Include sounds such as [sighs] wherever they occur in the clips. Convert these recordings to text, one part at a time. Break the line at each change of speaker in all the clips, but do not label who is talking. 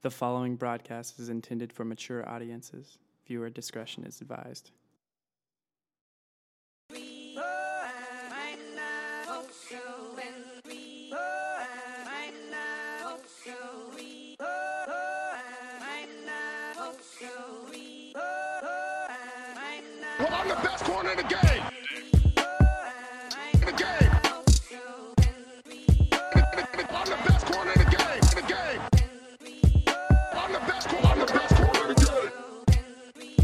The following broadcast is intended for mature audiences. Viewer discretion is advised.
Well, I'm the best corner in the game. In the game. I'm the best corner in the game. In the game. I'm the best corner. I'm the best corner in the game.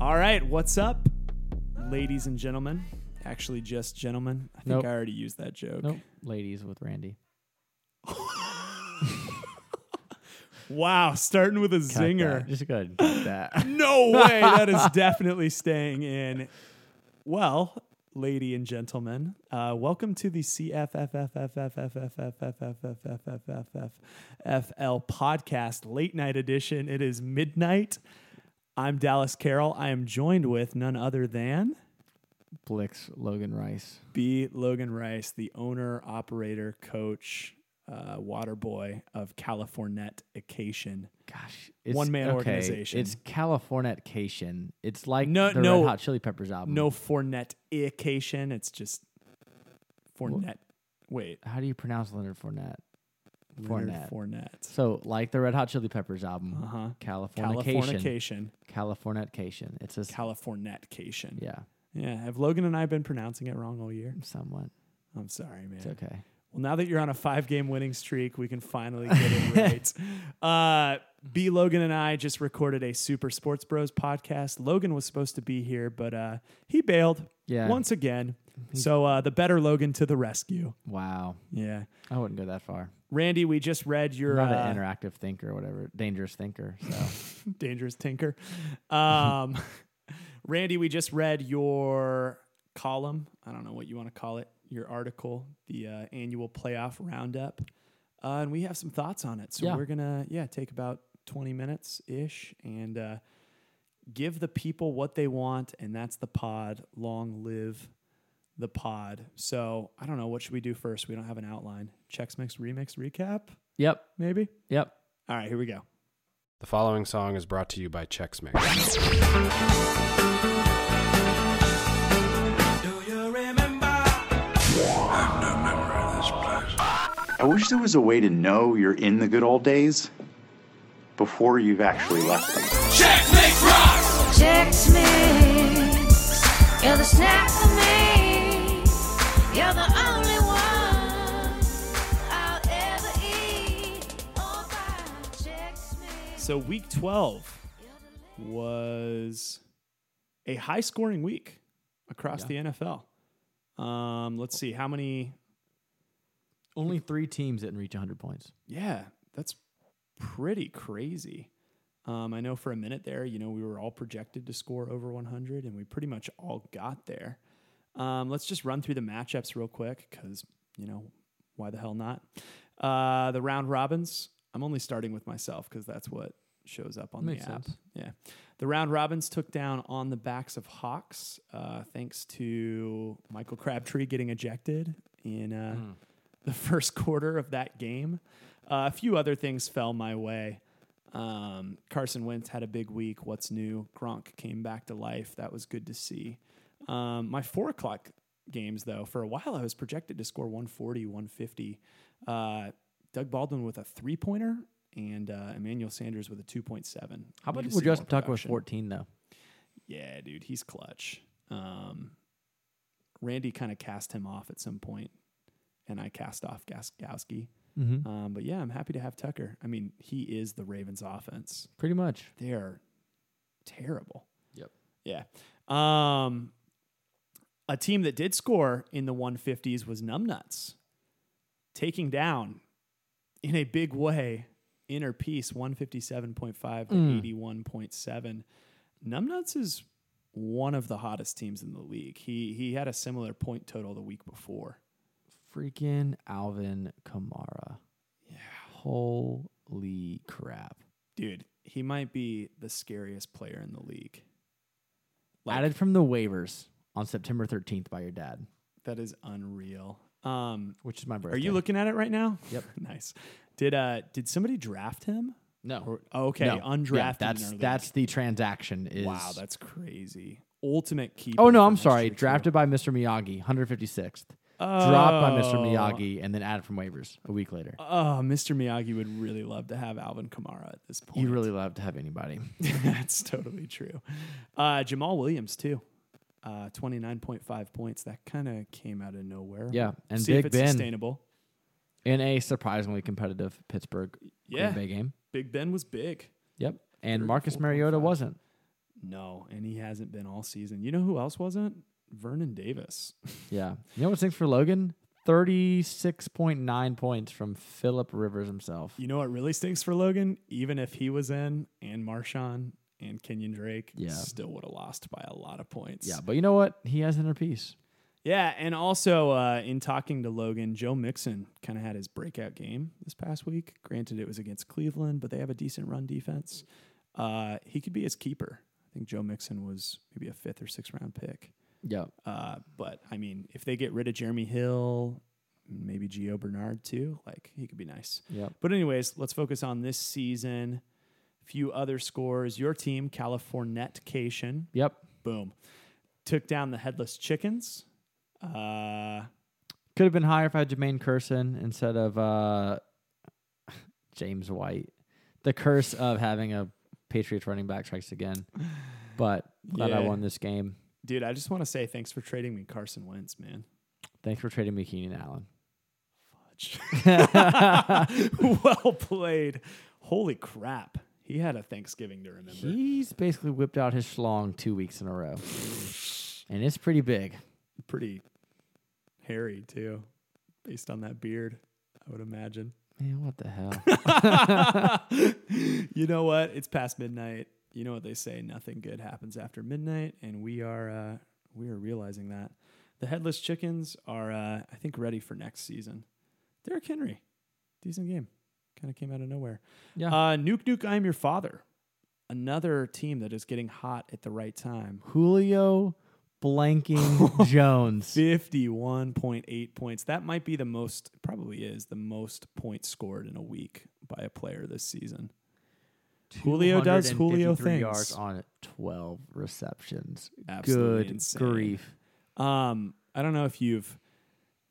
All right, what's up, ladies and gentlemen? Actually, just gentlemen. I think
Nope.
I already used that joke.
Nope. Ladies with Randy.
Wow, starting with a
Cut
zinger.
that. Just go ahead and cut that.
[laughs] No way, that is definitely staying in. Well, lady and gentlemen, uh, welcome to the CFFFFFFFFFFFFFFFFFL podcast, late night edition. It is midnight. I'm Dallas Carroll. I am joined with none other than.
Blix Logan Rice.
B. Logan Rice, the owner, operator, coach, uh, water boy of Californication.
Gosh, it's,
One-man
okay,
organization.
It's Californication. It's like
No-
the
no.
Red Hot Chili Peppers album.
No fornetication. It's just Fournette. Wait,
how do you pronounce Leonard Fournette?
Leonard
Fournette.
Fournette.
So, like the Red Hot Chili Peppers album,
Uh-huh.
Californication.
Californication.
Californication. It's a s-
Californication.
yeah,
Yeah. Have Logan and I been pronouncing it wrong all year?
somewhat.
I'm sorry, man.
It's okay.
Well, now that you're on a five game winning streak, we can finally get
[laughs]
it right. Uh, B. Logan and I just recorded a Super Sports Bros podcast. Logan was supposed to be here, but uh, he bailed
Yeah.
once again. So uh, the better Logan to the rescue.
Wow,
Yeah.
I wouldn't go that far.
Randy, we just read
I'm
your
not
uh,
an interactive thinker or whatever, dangerous thinker. So [laughs]
Dangerous Tinker. Um, [laughs] Randy, we just read your column. I don't know what you want to call it, your article, the uh, annual playoff roundup. Uh, and we have some thoughts on it. So
Yeah.
we're going to, yeah, take about 20 minutes ish and uh, give the people what they want. And that's the pod. Long live the pod. So I don't know. What should we do first? We don't have an outline. Checks, mix, remix, recap,
yep,
maybe?
yep.
All right, here we go.
The following song is brought to you by Chex Mix.
I wish there was a way to know you're in the good old days before you've actually left them.
Checks mix. You're the snack for me. You're the only one I'll ever eat. All by Chex Mix.
So week 12 was a high scoring week across the NFL. Um, let's see how many.
Only three teams didn't reach 100 points.
Yeah, that's pretty crazy. Um, I know for a minute there, you know, we were all projected to score over 100, and we pretty much all got there. Um, let's just run through the matchups real quick because, you know, why the hell not? Uh, the round robins. I'm only starting with myself because that's what shows up on
Makes
the app.
sense.
Yeah. The round robins took down on the backs of Hawks uh, thanks to Michael Crabtree getting ejected in uh,
Hmm.
the [laughs] first quarter of that game. Uh, a few other things fell my way. Um, Carson Wentz had a big week. What's new? Gronk came back to life. That was good to see. Um, my four o'clock games, though, for a while I was projected to score 140, 150. Uh, Doug Baldwin with a three pointer and uh, Emmanuel Sanders with a 2.7.
How about
Need to
we're
see more
just talking about
production.
14 though?
Yeah, dude, he's clutch. Um, Randy kind of cast him off at some point, and I cast off Gaskowski.
Mm-hmm.
Um, but yeah, I'm happy to have Tucker. I mean, he is the Ravens' offense.
Pretty much.
They are terrible.
Yep.
Yeah. Um, a team that did score in the 150s was Numbnuts, taking down in a big way Inner Peace 157.5 to 81.7. Numbnuts is one of the hottest teams in the league. He he had a similar point total the week before.
Freaking Alvin Kamara. Yeah. Holy crap.
Dude, he might be the scariest player in the league. Like,
Added from the waivers on September 13th by your dad.
That is unreal. Um,
which is my birthday.
are you looking at it right now? [laughs]
Yep.
nice. Did uh did somebody draft him?
No.
Or- oh, okay,
No.
undrafted
Yeah,
in
that's
our league.
that's the transaction. Is
Wow, that's crazy. Ultimate keeper.
Oh no,
for
I'm
Mr.
sorry.
True.
Drafted by Mr. Miyagi, 156th. Dropped by Mr.
Oh.
Miyagi and then added from waivers a week later.
Oh, Mr. Miyagi would really love to have Alvin Kamara at this point.
you really love to have anybody.
[laughs] That's totally true. Uh, Jamal Williams too. Uh, 29.5 points. That kind of came out of nowhere.
Yeah, and
See if
Big
it's
Ben.
sustainable.
In a surprisingly competitive Pittsburgh
Yeah.
Green Bay game.
Big Ben was big.
Yep. And Marcus Mariota wasn't.
No, and he hasn't been all season. You know who else wasn't? Vernon Davis.
Yeah. You know what's next for Logan? 36.9 points from Philip Rivers himself.
You know what really stinks for Logan? Even if he was in and Marshawn and Kenyon Drake,
Yeah.
still would have lost by a lot of points.
Yeah, but you know what? He has inner peace.
Yeah, and also uh, in talking to Logan, Joe Mixon kind of had his breakout game this past week. Granted, it was against Cleveland, but they have a decent run defense. Uh, he could be his keeper. I think Joe Mixon was maybe a fifth or sixth round pick.
Yeah.
Uh, but I mean, if they get rid of Jeremy Hill, maybe Gio Bernard too, like he could be nice.
Yep.
But anyways, let's focus on this season. Few other scores. Your team, Californication,
Yep.
boom, took down the headless chickens. Uh,
Could have been higher if I had Jermaine Curson instead of uh, [laughs] James White. The curse of having a Patriots running back strikes again. But glad I
Yeah.
won this game.
dude, I just want to say thanks for trading me Carson Wentz, man. [laughs]
Thanks for trading me Keenan Allen.
well played. Holy crap. He had a Thanksgiving to remember.
He's basically whipped out his schlong two weeks in a row. and it's pretty big.
Pretty hairy, too, based on that beard, I would imagine. [laughs]
Man, what the hell?
you know what? It's past midnight. You know what they say: nothing good happens after midnight, and we are uh, we are realizing that the headless chickens are, uh, I think, ready for next season. Derrick Henry, decent game, kind of came out of nowhere.
Yeah.
Uh, Nuke Nuke, I am your father. Another team that is getting hot at the right time.
Julio
[laughs]
blanking Jones.
Fifty-one point eight points. That might be the most, probably is the most points scored in a week by a player this season. Julio does Julio
253 yards
things.
on 12 receptions.
Absolutely
Good
insane.
grief.
Um, I don't know if you've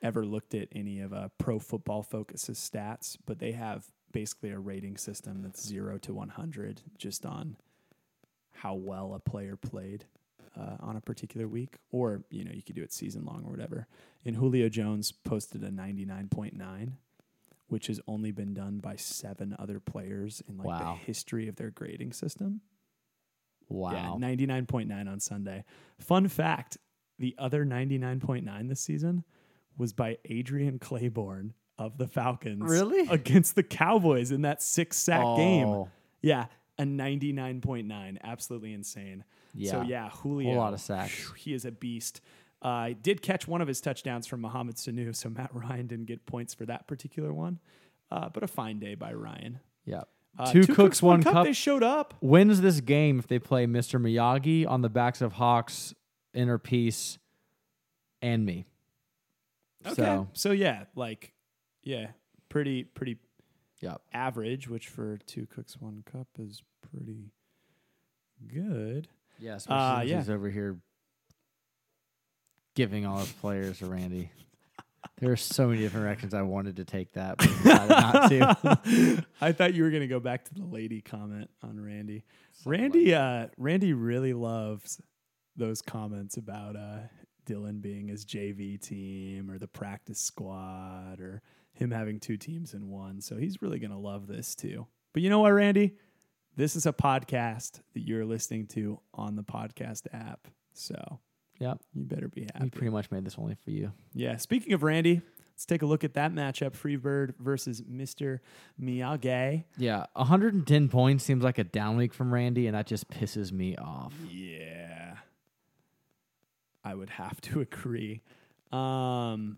ever looked at any of uh, Pro Football Focus's stats, but they have basically a rating system that's zero to one hundred, just on how well a player played uh, on a particular week, or you know you could do it season long or whatever. And Julio Jones posted a ninety nine point nine. Which has only been done by seven other players in like
Wow.
the history of their grading system.
Wow.
Yeah, 99.9 on Sunday. Fun fact the other 99.9 this season was by Adrian Claiborne of the Falcons.
Really?
Against the Cowboys in that six sack game.
Oh.
Yeah, a 99.9. Absolutely insane. So,
Yeah.
yeah, Julio.
lot of sacks.
phew, He is a beast. Uh, did catch one of his touchdowns from Mohamed Sanu, so Matt [laughs] Ryan didn't get points for that particular one. Uh, but a fine day by Ryan.
Yeah.
Uh,
two, cooks, one cup.
They showed up.
wins this game if they play Mr. Miyagi on the backs of Hawks, Inner Peace, and me.
Okay. So,
So,
yeah, like yeah, pretty pretty
yeah.
average, which for two cooks one cup is pretty good.
Yeah,
Uh,
especially
yeah.
since he's over here giving all his players to Randy. There are so many different directions I wanted to take that, but decided not to.
[laughs] I thought you were gonna go back to the lady comment on Randy. Randy uh Randy really loves those comments about uh Dylan being his JV team or the practice squad or him having two teams in one. So he's really going to love this too. But you know what, Randy? This is a podcast that you're listening to on the podcast app. So
Yeah,
you better be happy.
we pretty much made this only for you.
Yeah. Speaking of Randy, let's take a look at that matchup Freebird versus Mr. Miyagi.
Yeah, 110 points seems like a down week from Randy, and that just pisses me off.
Yeah. I would have to [laughs] agree. Um,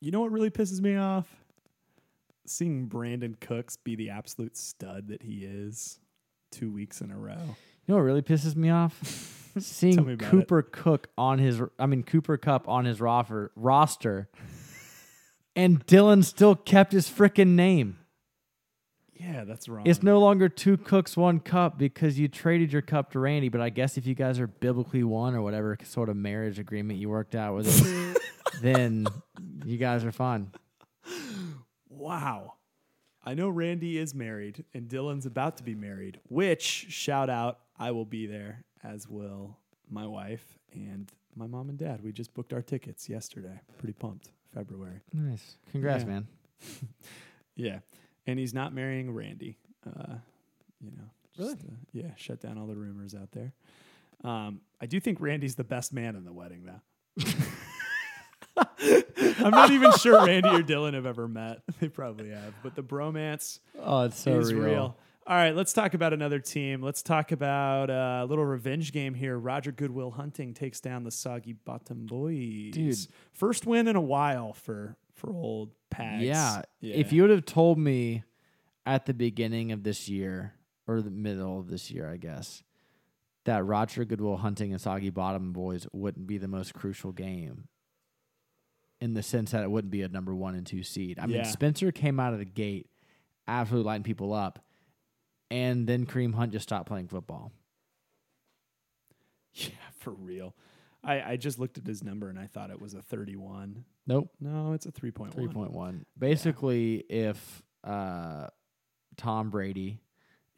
you know what really pisses me off? Seeing Brandon Cooks be the absolute stud that he is two weeks in a row.
You know what really pisses me off?
[laughs] Tell me
Seeing
about it.
Cooper Cook on his, I mean Cooper Cup on his roster, roster and Dylan still kept his frickin' name.
Yeah, that's wrong.
It's no longer two cooks, one cup because you traded your cup to Randy. But I guess if you guys are biblically one or whatever sort of marriage agreement you worked out
[laughs]
with us, then you guys are fine.
Wow. I know Randy is married and Dylan's about to be married, which shout out, I will be there, as will my wife and my mom and dad. We just booked our tickets yesterday. Pretty pumped. February.
Nice. Congrats,
Yeah.
man.
Yeah. And he's not marrying Randy. Uh, you know, just, uh, yeah, shut down all the rumors out there. Um, I do think Randy's the best man in the wedding, though. [laughs] I'm not even sure Randy or Dylan have ever met. [laughs] They probably have, but the bromance
Oh, it's so
is
real.
real. All right, let's talk about another team. Let's talk about uh, a little revenge game here. Roger Goodwill Hunting takes down the Soggy Bottom Boys.
Dude.
First win in a while for for old Pags.
Yeah. If you would have told me at the beginning of this year or the middle of this year, I guess, that Roger Goodwill Hunting and Soggy Bottom Boys wouldn't be the most crucial game in the sense that it wouldn't be a number one and two seed. I
Yeah.
mean, Spencer came out of the gate absolutely lighting people up, and then Kareem Hunt just stopped playing football.
[laughs] yeah, for real. I, I just looked at his number and I thought it was a 31.
Nope.
No, it's a 3.1.
3.1. Basically, if uh, Tom Brady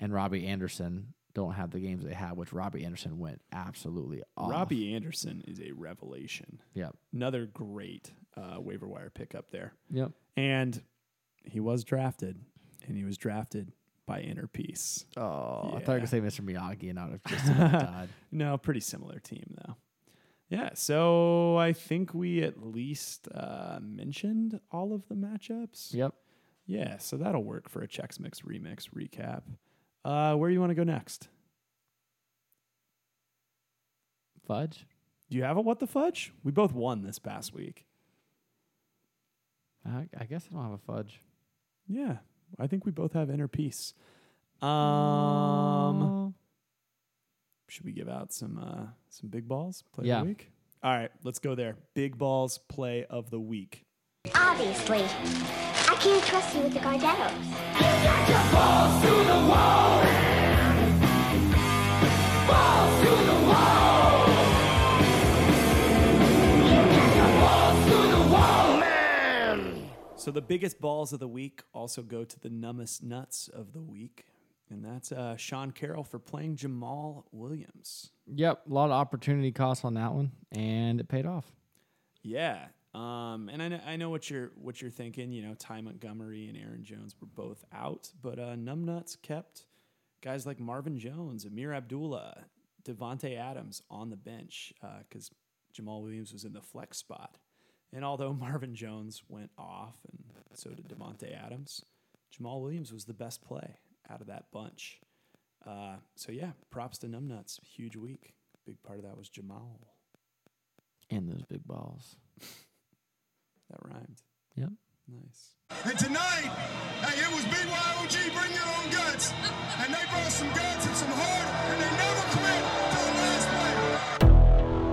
and Robbie Anderson don't have the games they had, which Robbie Anderson went absolutely off.
Robbie Anderson is a revelation.
Yep.
Another great uh, waiver wire pickup there.
Yep.
And he was drafted, and he was drafted by Inner Peace.
Oh, I thought I
Yeah.
could say Mr. Miyagi and I would have just about [laughs] died.
No, pretty similar team though. Yeah, so I think we at least uh, mentioned all of the matchups.
Yep.
Yeah, so that'll work for a Chex Mix remix recap. Uh, where you want to go next?
Fudge.
Do you have a what the fudge? We both won this past week.
I, I guess I don't have a fudge.
Yeah, I think we both have inner peace. Um, should we give out some uh, some big balls play
Yeah.
of the week? All right, let's go there. Big balls play of the week.
Obviously. I can't trust you with the Gardettos.
So the biggest balls of the week also go to the numbest nuts of the week, and that's uh, Sean Carroll for playing Jamal Williams.
Yep. A lot of opportunity cost on that one, and it paid off.
Yeah, um, and I know, I know what you're what you're thinking. You know, Ty Montgomery and Aaron Jones were both out, but uh, numbnuts kept guys like Marvin Jones, Amir Abdullah, Devonte Adams on the bench because Jamal Williams was in the flex spot. And although [laughs] Marvin Jones went off, and so did Devonte Adams, Jamal Williams was the best play out of that bunch. Uh, so yeah, props to numbnuts. Huge week. Big part of that was Jamal.
And those big balls.
That rhymed.
Yep.
Nice.
And tonight, hey, it was BYOG bring your own guts. And they brought some guts and some heart, and they never quit till the last play.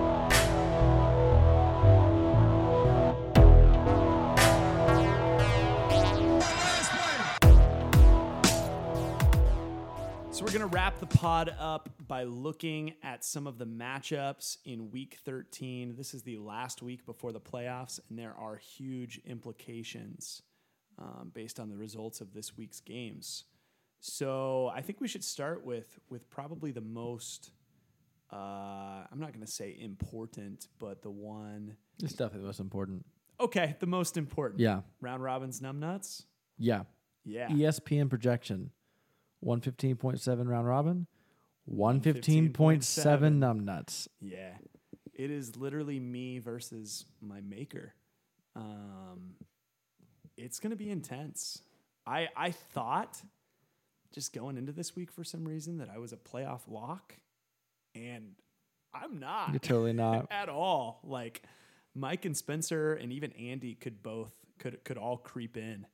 So we're going to wrap the pod up by looking at some of the matchups in week 13. This is the last week before the playoffs, and there are huge implications um, based on the results of this week's games. So I think we should start with with probably the most. Uh, I'm not going to say important, but the one.
This stuff is most important.
Okay, the most important.
Yeah.
Round robins, numbnuts.
Yeah.
Yeah.
ESPN projection 115.7 round robin, 115.7 numb nuts.
Yeah. It is literally me versus my maker. Um, it's going to be intense. I, I thought just going into this week for some reason that I was a playoff lock, and I'm not.
You're totally not.
[laughs] at all. Like Mike and Spencer and even Andy could both could could all creep in.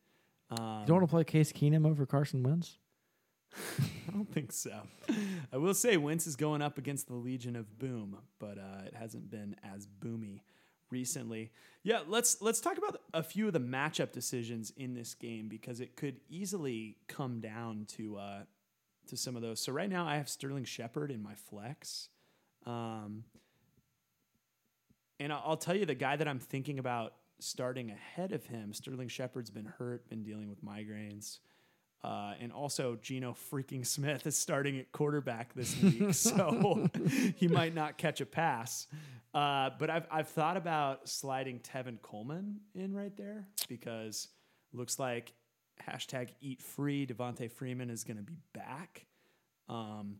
Um,
You don't want to play Case Keenum over Carson Wentz?
I don't think so. I will say Wentz is going up against the Legion of Boom, but uh, it hasn't been as boomy. recently. Yeah, let's let's talk about a few of the matchup decisions in this game because it could easily come down to uh, to some of those. So right now I have Sterling Shepard in my flex. Um, and I- I'll tell you the guy that I'm thinking about starting ahead of him, Sterling Shepard's been hurt, been dealing with migraines. Uh, and also, Geno freaking Smith is starting at quarterback this
[laughs]
week, so [laughs] he might not catch a pass. Uh, but I've, I've thought about sliding Tevin Coleman in right there because looks like hashtag eat free Devontae Freeman is going to be back. Um,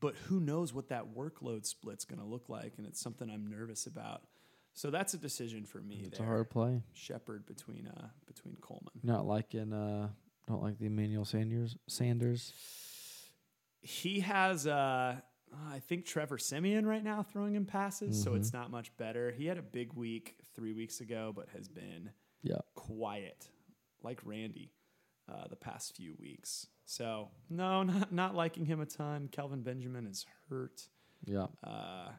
but who knows what that workload split's going to look like, and it's something I'm nervous about. So that's a decision for me.
It's a
there.
hard play.
Shepherd between uh between Coleman.
Not liking uh don't like the Emmanuel Sanders Sanders.
He has uh I think Trevor Simeon right now throwing him passes, so it's not much better. He had a big week three weeks ago, but has been
Yeah.
quiet, like Randy, uh, the past few weeks. So no, [laughs] not not liking him a ton. Calvin Benjamin is hurt.
Yeah.
Uh,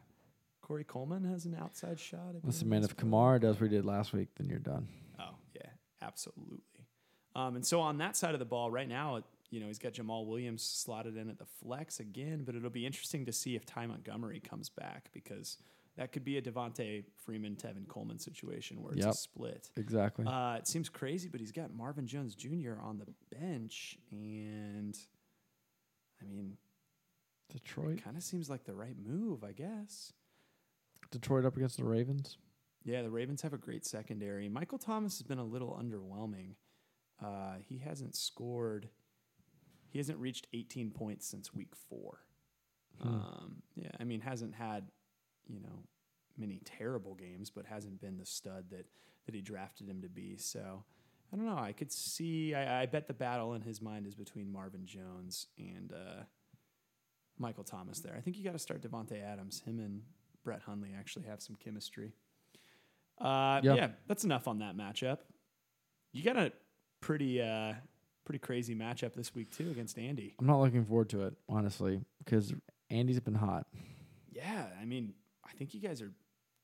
Corey Coleman has an outside shot. at
Listen,
being
man,
this
if Kamara does what he did last week, then you're done.
Oh yeah, absolutely. Um, and so on that side of the ball, right now, it- you know, he's got Jamal Williams slotted in at the flex again, but it'll be interesting to see if Ty Montgomery comes back because that could be a Devonte Freeman, Tevin Coleman situation where it's a
Yep.
split.
Exactly.
Uh, it seems crazy, but he's got Marvin Jones Jr. on the bench, and I mean,
Detroit.
kind of seems like the right move, I guess.
Detroit up against the Ravens.
Yeah, the Ravens have a great secondary. Michael Thomas has been a little underwhelming. Uh, he hasn't scored. He hasn't reached 18 points since week four. Um, yeah, I mean, hasn't had you know many terrible games, but hasn't been the stud that that he drafted him to be. So I don't know. I could see. I, I bet the battle in his mind is between Marvin Jones and uh, Michael Thomas. There, I think you got to start Devonte Adams. Him and Brett Hundley actually have some chemistry. Uh,
Yeah.
Yeah, that's enough on that matchup. You got a pretty uh, pretty crazy matchup this week too against Andy.
I'm not looking forward to it, honestly, because Andy's been hot.
Yeah, I mean, I think you guys are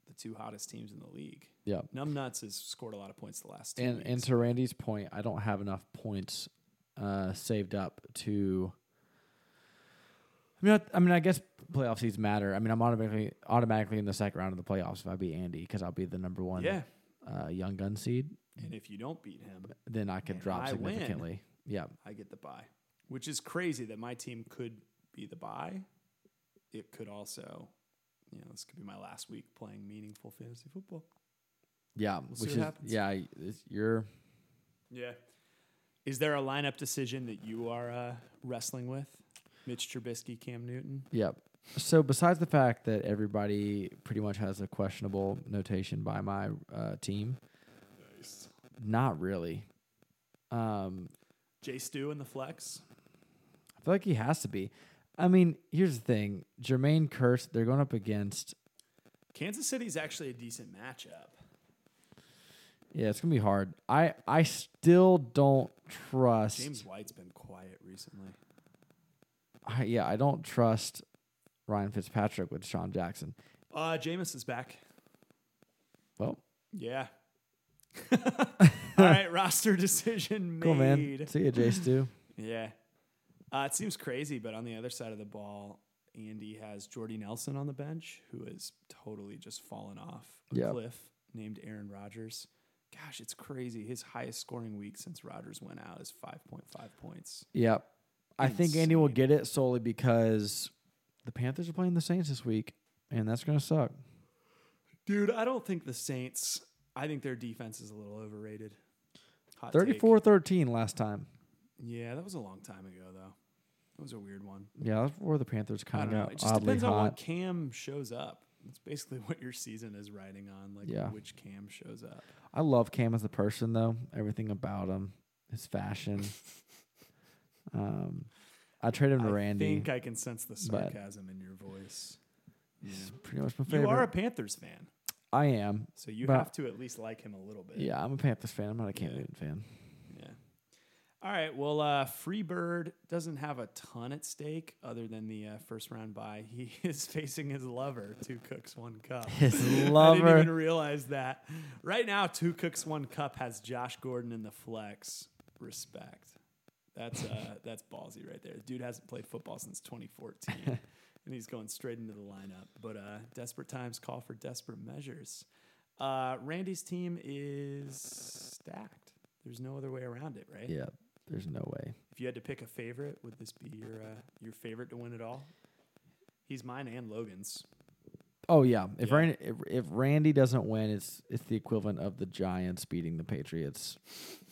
the two hottest teams in the league.
Yeah.
Numbnuts has scored a lot of points the last two
And
weeks.
and to Randy's point, I don't have enough points uh, saved up to. I mean, I, I mean, I guess playoff seeds matter. I mean, I'm automatically automatically in the second round of the playoffs if I beat Andy because I'll be the number one
yeah,
uh, young gun seed.
and if you don't beat him,
Then I could
And
drop
I win.
significantly. Yeah,
I get the buy, which is crazy that my team could be the buy. It could also, you know, this could be my last week playing meaningful fantasy football.
yeah.
see what
which is
happens.
yeah. I- It's, you're
Yeah. Is there a lineup decision that you are uh, wrestling with? Mitch Trubisky, Cam Newton.
Yep. So besides the fact that everybody pretty much has a questionable notation by my uh, team, not really. Um,
Jay Stu in the flex.
I feel like he has to be. I mean, here's the thing: Jermaine Curse, they're going up against.
Kansas City's actually a decent matchup.
Yeah, it's gonna be hard. I I still don't trust.
James White's been quiet recently.
I, yeah, I don't trust Ryan Fitzpatrick with Sean Jackson.
Uh, Jameis is back.
Well,
[laughs] Yeah. All right, roster decision made.
cool, man. See you,
[laughs]
Jay Stu.
Yeah. Uh, it seems crazy, but on the other side of the ball, Andy has Jordy Nelson on the bench, who has totally just fallen off a
Yeah.
cliff, named Aaron Rodgers. Gosh, it's crazy. His highest scoring week since Rodgers went out is 5.5 points.
Yep. I think Andy will get it solely because the Panthers are playing the Saints this week, and that's going to suck.
Dude, I don't think the Saints, I think their defense is a little overrated. Hot take.
34 13 last time.
Yeah, that was a long time ago, though. That was a weird one.
Yeah, that's before the Panthers
I
kind
don't
of
know.
got
It just
oddly
depends on what
hot.
cam shows up. That's basically [laughs] what your season is riding on, like
Yeah.
which cam shows up.
I love Cam as a person, though. Everything about him,
[laughs]
his fashion. um, I traded him to
I
Randy.
think I can sense the sarcasm in your voice.
He's pretty much my
You are a
favorite.
Panthers fan,
I am.
so you
But-
have to at least like him a little bit.
Yeah, I'm a Panthers fan. I'm not a Cam Newton fan.
Yeah. All right. Well, uh, Freebird doesn't have a ton at stake other than the uh, first round bye. He [laughs] is facing his lover, Two Cooks, One Cup.
His
[laughs] I didn't
lover.
even realize that. Right now, Two Cooks, One Cup has Josh Gordon in the flex. Respect. That's uh,
[laughs]
that's ballsy right there. Dude hasn't played football since
[laughs]
2014, and he's going straight into the lineup. But uh, desperate times call for desperate measures. Uh, Randy's team is stacked. There's no other way around it, right?
Yeah, there's no way.
If you had to pick a favorite, would this be your uh, your favorite to win it all? He's mine and Logan's.
Oh yeah, if Randy if, if Randy doesn't win, it's it's the equivalent of the Giants beating the Patriots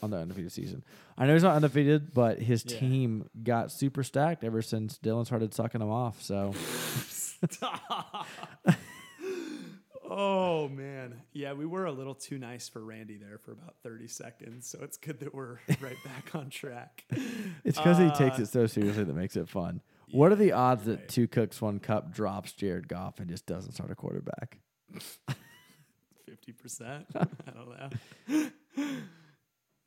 on the undefeated season. I know he's not undefeated, but his
Yeah.
team got super stacked ever since Dylan started sucking him off. So
[laughs] Oh man, yeah, we were a little too nice for Randy there for about thirty seconds. So it's good that we're right back on track.
it's because he takes
Uh,
it so seriously that makes it fun. What are the odds that two cooks one cup drops Jared Goff and just doesn't start a quarterback?
Fifty percent. I don't know.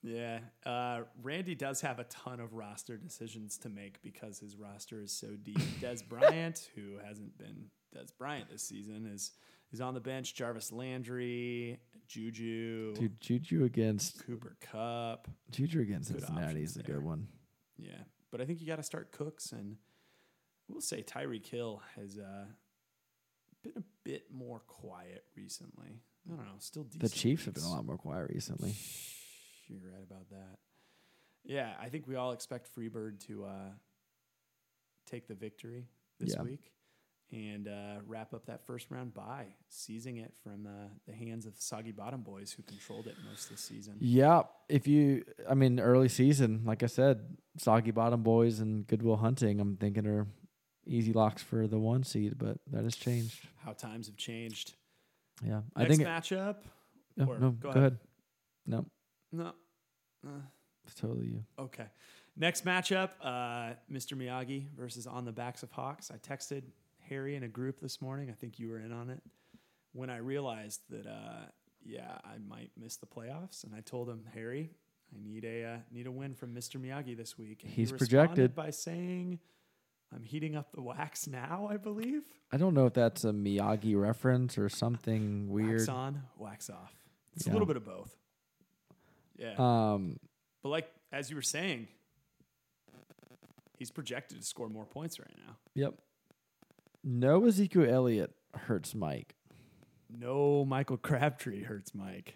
yeah, uh, Randy does have a ton of roster decisions to make because his roster is so deep. Des Bryant, who hasn't been Des Bryant this season, is is on the bench. Jarvis Landry, Juju,
Dude, Juju against
Cooper Cup.
Juju against
Good
Cincinnati
options
is a
there.
good one.
Yeah, but I think you got to start Cooks, and we'll say Tyreek Hill has uh, been a bit more quiet recently. I don't know, still decent.
The Chiefs have been a
weeks.
lot more quiet recently.
[sighs] You're right about that. Yeah, I think we all expect Freebird to uh, take the victory this
Yeah.
week and uh, wrap up that first round by seizing it from uh, the hands of the Soggy Bottom Boys, who controlled it most of the season.
Yeah, if you, I mean, early season, like I said, Soggy Bottom Boys and Goodwill Hunting, I'm thinking are easy locks for the one seed, but that has changed.
How times have changed.
Yeah, I
Next
think. it-
matchup.
no,
or-
no,
go
go,
ahead.
ahead. No,
No,
it's totally you.
Okay. Next matchup, uh, Mr. Miyagi versus On the Backs of Hawks. I texted Harry in a group this morning. I think you were in on it. When I realized that, uh, yeah, I might miss the playoffs, and I told him, Harry, I need a uh, need a win from Mr. Miyagi this week. And he
He's
responded
projected.
by saying, "I'm heating up the wax now." I believe.
I don't know if that's a Miyagi reference or something weird.
Wax on, wax off. It's a
Yeah.
little bit of both. Yeah.
Um,
But like as you were saying, he's projected to score more points right now.
yep. No Ezekiel Elliott hurts Mike.
No Michael Crabtree hurts Mike.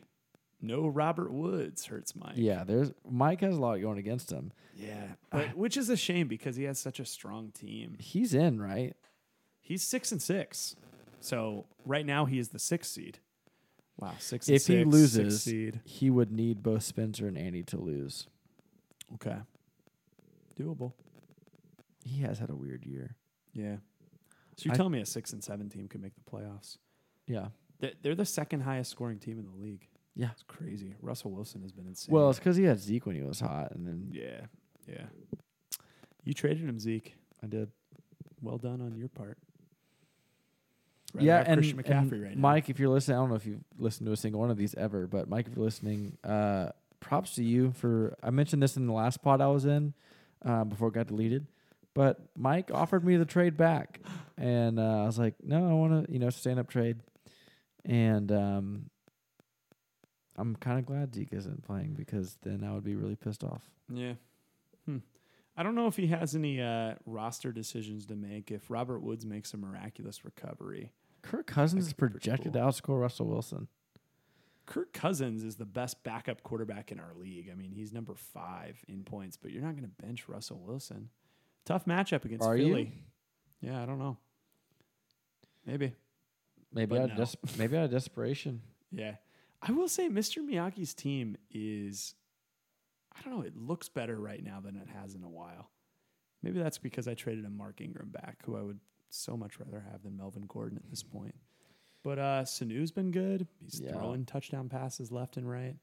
No Robert Woods hurts Mike.
Yeah, there's Mike has a lot going against him.
Yeah. But which is a shame because he has such a strong team.
He's in, right?
He's six and six. So right now he is the sixth seed. Wow, six and
If he
six, sixth
loses,
seed.
he would need both Spencer and Andy to lose.
Okay. Doable.
He has had a weird year.
Yeah. So you
I-
tell me a six and seven team can make the playoffs.
Yeah.
They're, they're the second highest scoring team in the league.
Yeah.
It's crazy. Russell Wilson has been insane.
Well, it's because he had Zeke when he was hot, and then
yeah, yeah. You traded him, Zeke.
I did.
Well done on your part. Rather
Yeah,
have
and,
Christian McCaffrey
and
right now.
Mike, if you're listening, I don't know if you've listened to a single one of these ever, but Mike, if you're listening, uh, props to you for. I mentioned this in the last pod I was in uh, before it got deleted, but Mike offered me the trade back, and uh, I was like, no, I want to, you know, stand up trade, and um, I'm kind of glad Zeke isn't playing because then I would be really pissed off.
Yeah. Hmm. I don't know if he has any uh, roster decisions to make. If Robert Woods makes a miraculous recovery,
Kirk Cousins
That
is
could be pretty
projected
cool.
to outscore Russell Wilson.
Kirk Cousins is the best backup quarterback in our league. I mean, he's number five in points, but you're not going to bench Russell Wilson. Tough matchup against
Are you?
Philly. Yeah, I don't know. Maybe.
Maybe
But
out
no.
of des- maybe out of desperation.
Yeah. I will say Mr. Miyagi's team is I don't know, it looks better right now than it has in a while. Maybe that's because I traded a Mark Ingram back, who I would so much rather have than Melvin Gordon at this point. But uh Sanu's been good. He's
Yeah.
throwing touchdown passes left and right.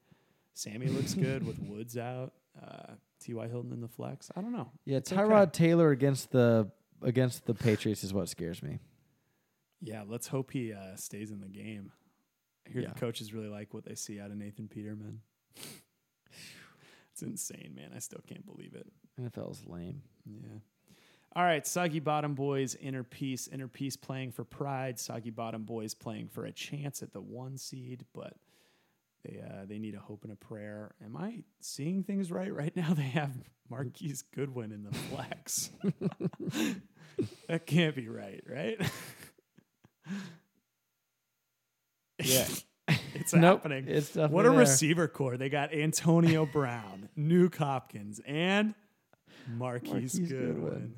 Sammy looks good with Woods out. Uh T.Y. Hilton in the flex. I don't know.
Yeah,
It's okay.
Tyrod Taylor against the against the Patriots is what scares me.
Yeah, let's hope he uh, stays in the game. I hear
Yeah.
the coaches really like what they see out of Nathan Peterman. It's insane, man. I still can't believe it.
NFL's lame.
Yeah. All right, Soggy Bottom Boys, Inner Peace, Inner Peace playing for pride, Soggy Bottom Boys playing for a chance at the one seed, but they uh, they need a hope and a prayer. Am I seeing things right right now? [laughs] They have Marquise Goodwin in the flex. [laughs] that can't be right, right?
Yeah.
[laughs] It's
Nope,
happening.
it's
what a
definitely there.
receiver core. They got Antonio Brown, Nuke Hopkins, and Marquise,
Marquise
Goodwin.
Goodwin.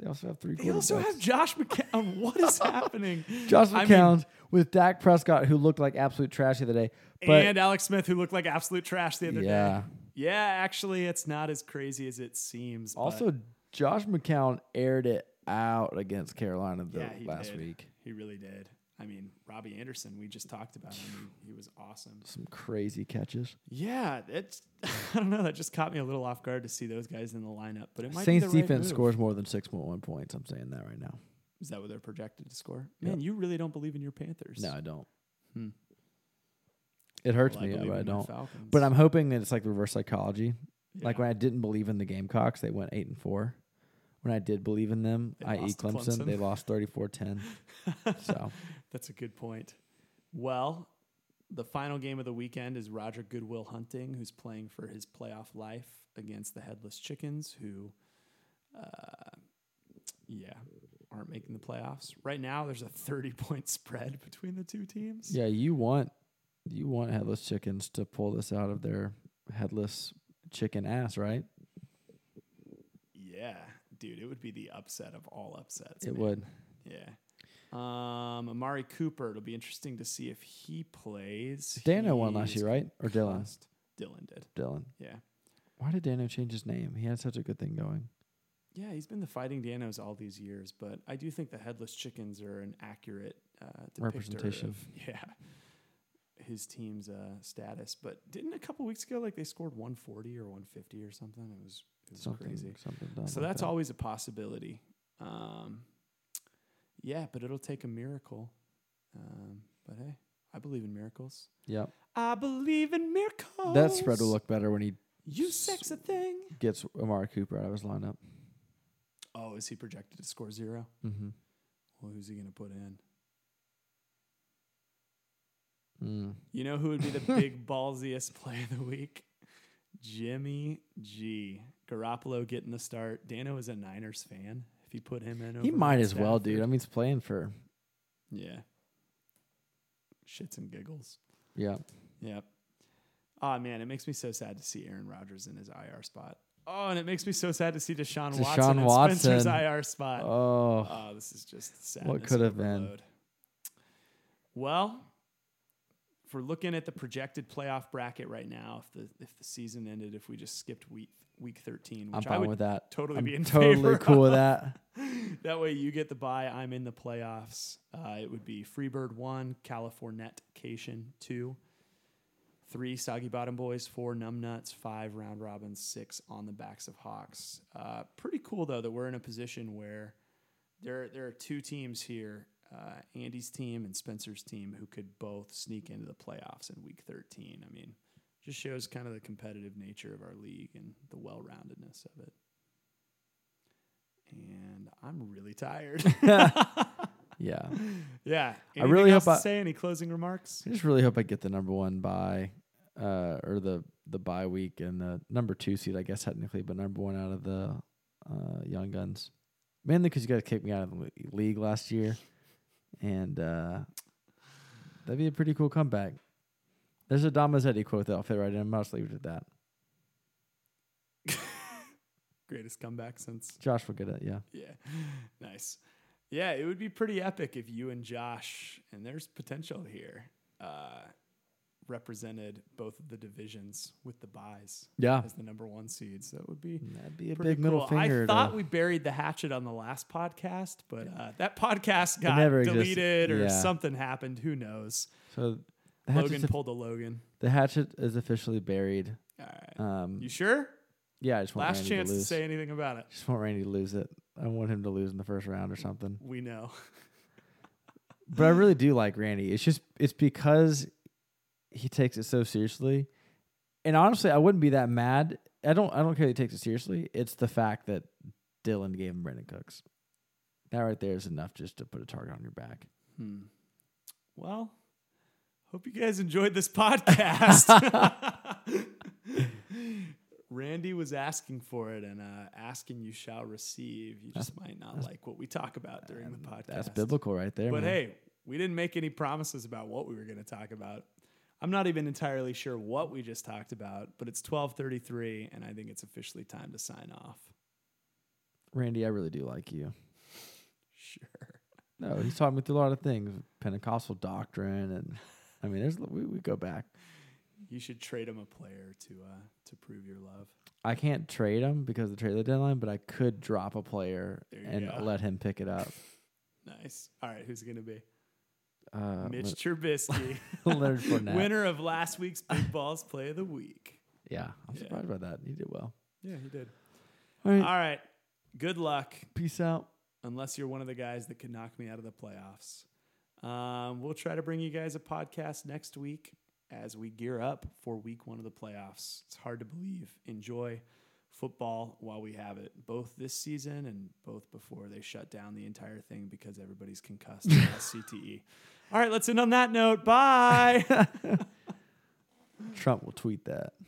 They also have three.
They also
quarterbacks.
have Josh McCown. [laughs] what is happening?
Josh
I mean,
McCown with Dak Prescott, who looked like absolute trash the other day. But
and Alex Smith, who looked like absolute trash the other day.
Yeah.
Yeah, actually, it's not as crazy as it seems. but-
also, Josh McCown aired it out against Carolina the,
yeah, he
last
did.
week.
He really did. I mean, Robbie Anderson, we just talked about him. He, he was awesome.
Some crazy catches.
Yeah, it's, [laughs] I don't know. That just caught me a little off guard to see those guys in the lineup, but it might
Saints
be the right
defense
move.
scores more than six point one points. I'm saying that right now.
Is that what they're projected to score? Man, you really don't believe in your Panthers.
No, I don't. It hurts
Hmm. Well, I
me,
believe
but I
in my
don't.
Falcons.
But I'm hoping that it's like reverse psychology. Like when I didn't believe in the Gamecocks, they went eight and four. When I did believe in them,
They
i.e.
lost to
Clemson, they
Clemson. [laughs]
lost 34-10. so
That's a good point. Well, the final game of the weekend is Roger Goodwill Hunting, who's playing for his playoff life against the Headless Chickens, who, uh, yeah, aren't making the playoffs. Right now, there's a 30 point [laughs] spread between the two teams.
yeah, you want you want headless chickens to pull this out of their headless chicken ass, right?
Yeah, dude, it would be the upset of all upsets.
It
man.
would.
Yeah. Um, Amari Cooper, it'll be interesting to see if he plays.
Dano won last
He's
year, right? Or Dylan?
concussed. Dylan did.
Dylan.
Yeah.
Why did Dano change his name? He had such a good thing going.
Yeah, he's been the fighting Danos all these years, but I do think the headless chickens are an accurate uh, depictor
Representation.
Of, [laughs] yeah, his team's uh, status. But didn't a couple weeks ago, like they scored 140 or 150 or something? It was it was
Something
crazy.
something dumb
So
like
that's
that.
always a possibility. Um, yeah, but it'll take a miracle. Um, but hey, I believe in miracles.
Yep.
I believe in miracles.
That spread will look better when he
You sex a thing.
gets Amari Cooper out of his lineup.
Oh, is he projected to score zero?
Mm-hmm.
Well, who's he going to put in?
Mm.
You know who would be
[laughs]
the big ballsiest play of the week? Jimmy G. Garoppolo getting the start. Dano is a Niners fan. If you put him in,
He
over
might as well,
Stafford-
dude. I mean, he's playing for
yeah. Shits and giggles.
yeah.
Yep. Oh man, it makes me so sad to see Aaron Rodgers in his IR spot. Oh, and it makes me so sad to see Deshaun, Watson
Deshaun
in Spencer's
Watson.
IR spot.
Oh,
Oh, this is just sad.
could have been?
Well, if we're looking at the projected playoff bracket right now, if the if the season ended, if we just skipped week week thirteen,
I'm
which I
fine
would
with that.
Totally
I'm
be in
[laughs] totally
favor
cool with
of.
that.
That way, you get the bye. I'm in the playoffs. Uh, it would be Freebird one, Californet Cation two, three Soggy Bottom Boys, four Numbnuts, five Round Robins, six on the backs of Hawks. Uh, pretty cool though that we're in a position where there there are two teams here, uh, Andy's team and Spencer's team, who could both sneak into the playoffs in Week 13. I mean, just shows kind of the competitive nature of our league and the well-roundedness of it. And I'm really tired. [laughs]
[laughs] Yeah,
yeah.
I really
Anything else
hope
to
I-
say any closing remarks.
I just really hope I get the number one by, uh, or the the bye week and the number two seed, I guess technically, but number one out of the uh, Young Guns, mainly because you guys kicked me out of the le- league last year, and uh, that'd be a pretty cool comeback. There's a Dom Mazzetti quote that'll fit right in. I'm just leave it at that.
Greatest comeback since
Josh will get it. Yeah.
yeah. Nice. Yeah, it would be pretty epic if you and Josh, and there's potential here, uh, represented both of the divisions with the buys
Yeah.
as the number one seeds. That would be
That'd be a
pretty
big middle
cool.
finger.
I
to-
thought we buried the hatchet on the last podcast, but uh, that podcast got
never existed.
deleted or
Yeah.
something happened. Who knows?
so the hatchet's,
Logan
of-
pulled a Logan.
the hatchet is officially buried.
All right.
Um,
You sure?
yeah, I just want
Last
Randy
chance
to
to
lose.
say anything about it.
just want Randy to lose it. I want him to lose in the first round or something.
We know. [laughs]
But I
Mm.
really do like Randy. It's just it's because he takes it so seriously, and honestly, I wouldn't be that mad. I don't. I don't care. He takes it seriously. It's the fact that Dylan gave him Brandon Cooks. That right there is enough just to put a target on your back.
Well, hope you guys enjoyed this [laughs] podcast. Randy was asking for it, and uh, asking you shall receive. You just might not like what we talk about during the podcast.
um, That's biblical right there.
But
man.
hey, we didn't make any promises about what we were going to talk about. I'm not even entirely sure what we just talked about, but it's 12:33 and I think it's officially time to sign off.
Randy, I really do like you.
Sure.
No, he's taught me through a lot of things, Pentecostal doctrine, and I mean, there's we, we go back.
You should trade him a player to uh, to prove your love.
I can't trade him because of the trade deadline, but I could drop a player
There you
and
go.
let him pick
[laughs]
it up.
Nice. All right, who's it going to be?
Uh,
Mitch [laughs] Trubisky,
Le- [laughs] Leonard Fournette.
winner of last week's Big Balls Play of the Week.
Yeah, I'm surprised by that. He did well.
Yeah, he did.
All right,
All right. Good luck.
peace out.
unless you're one of the guys that could knock me out of the playoffs. Um, we'll try to bring you guys a podcast next week as we gear up for week one of the playoffs. It's hard to believe. Enjoy football while we have it, both this season and both before they shut down the entire thing because everybody's concussed [laughs] and has CTE. All right, let's end on that note. Bye. [laughs]
Trump will tweet that.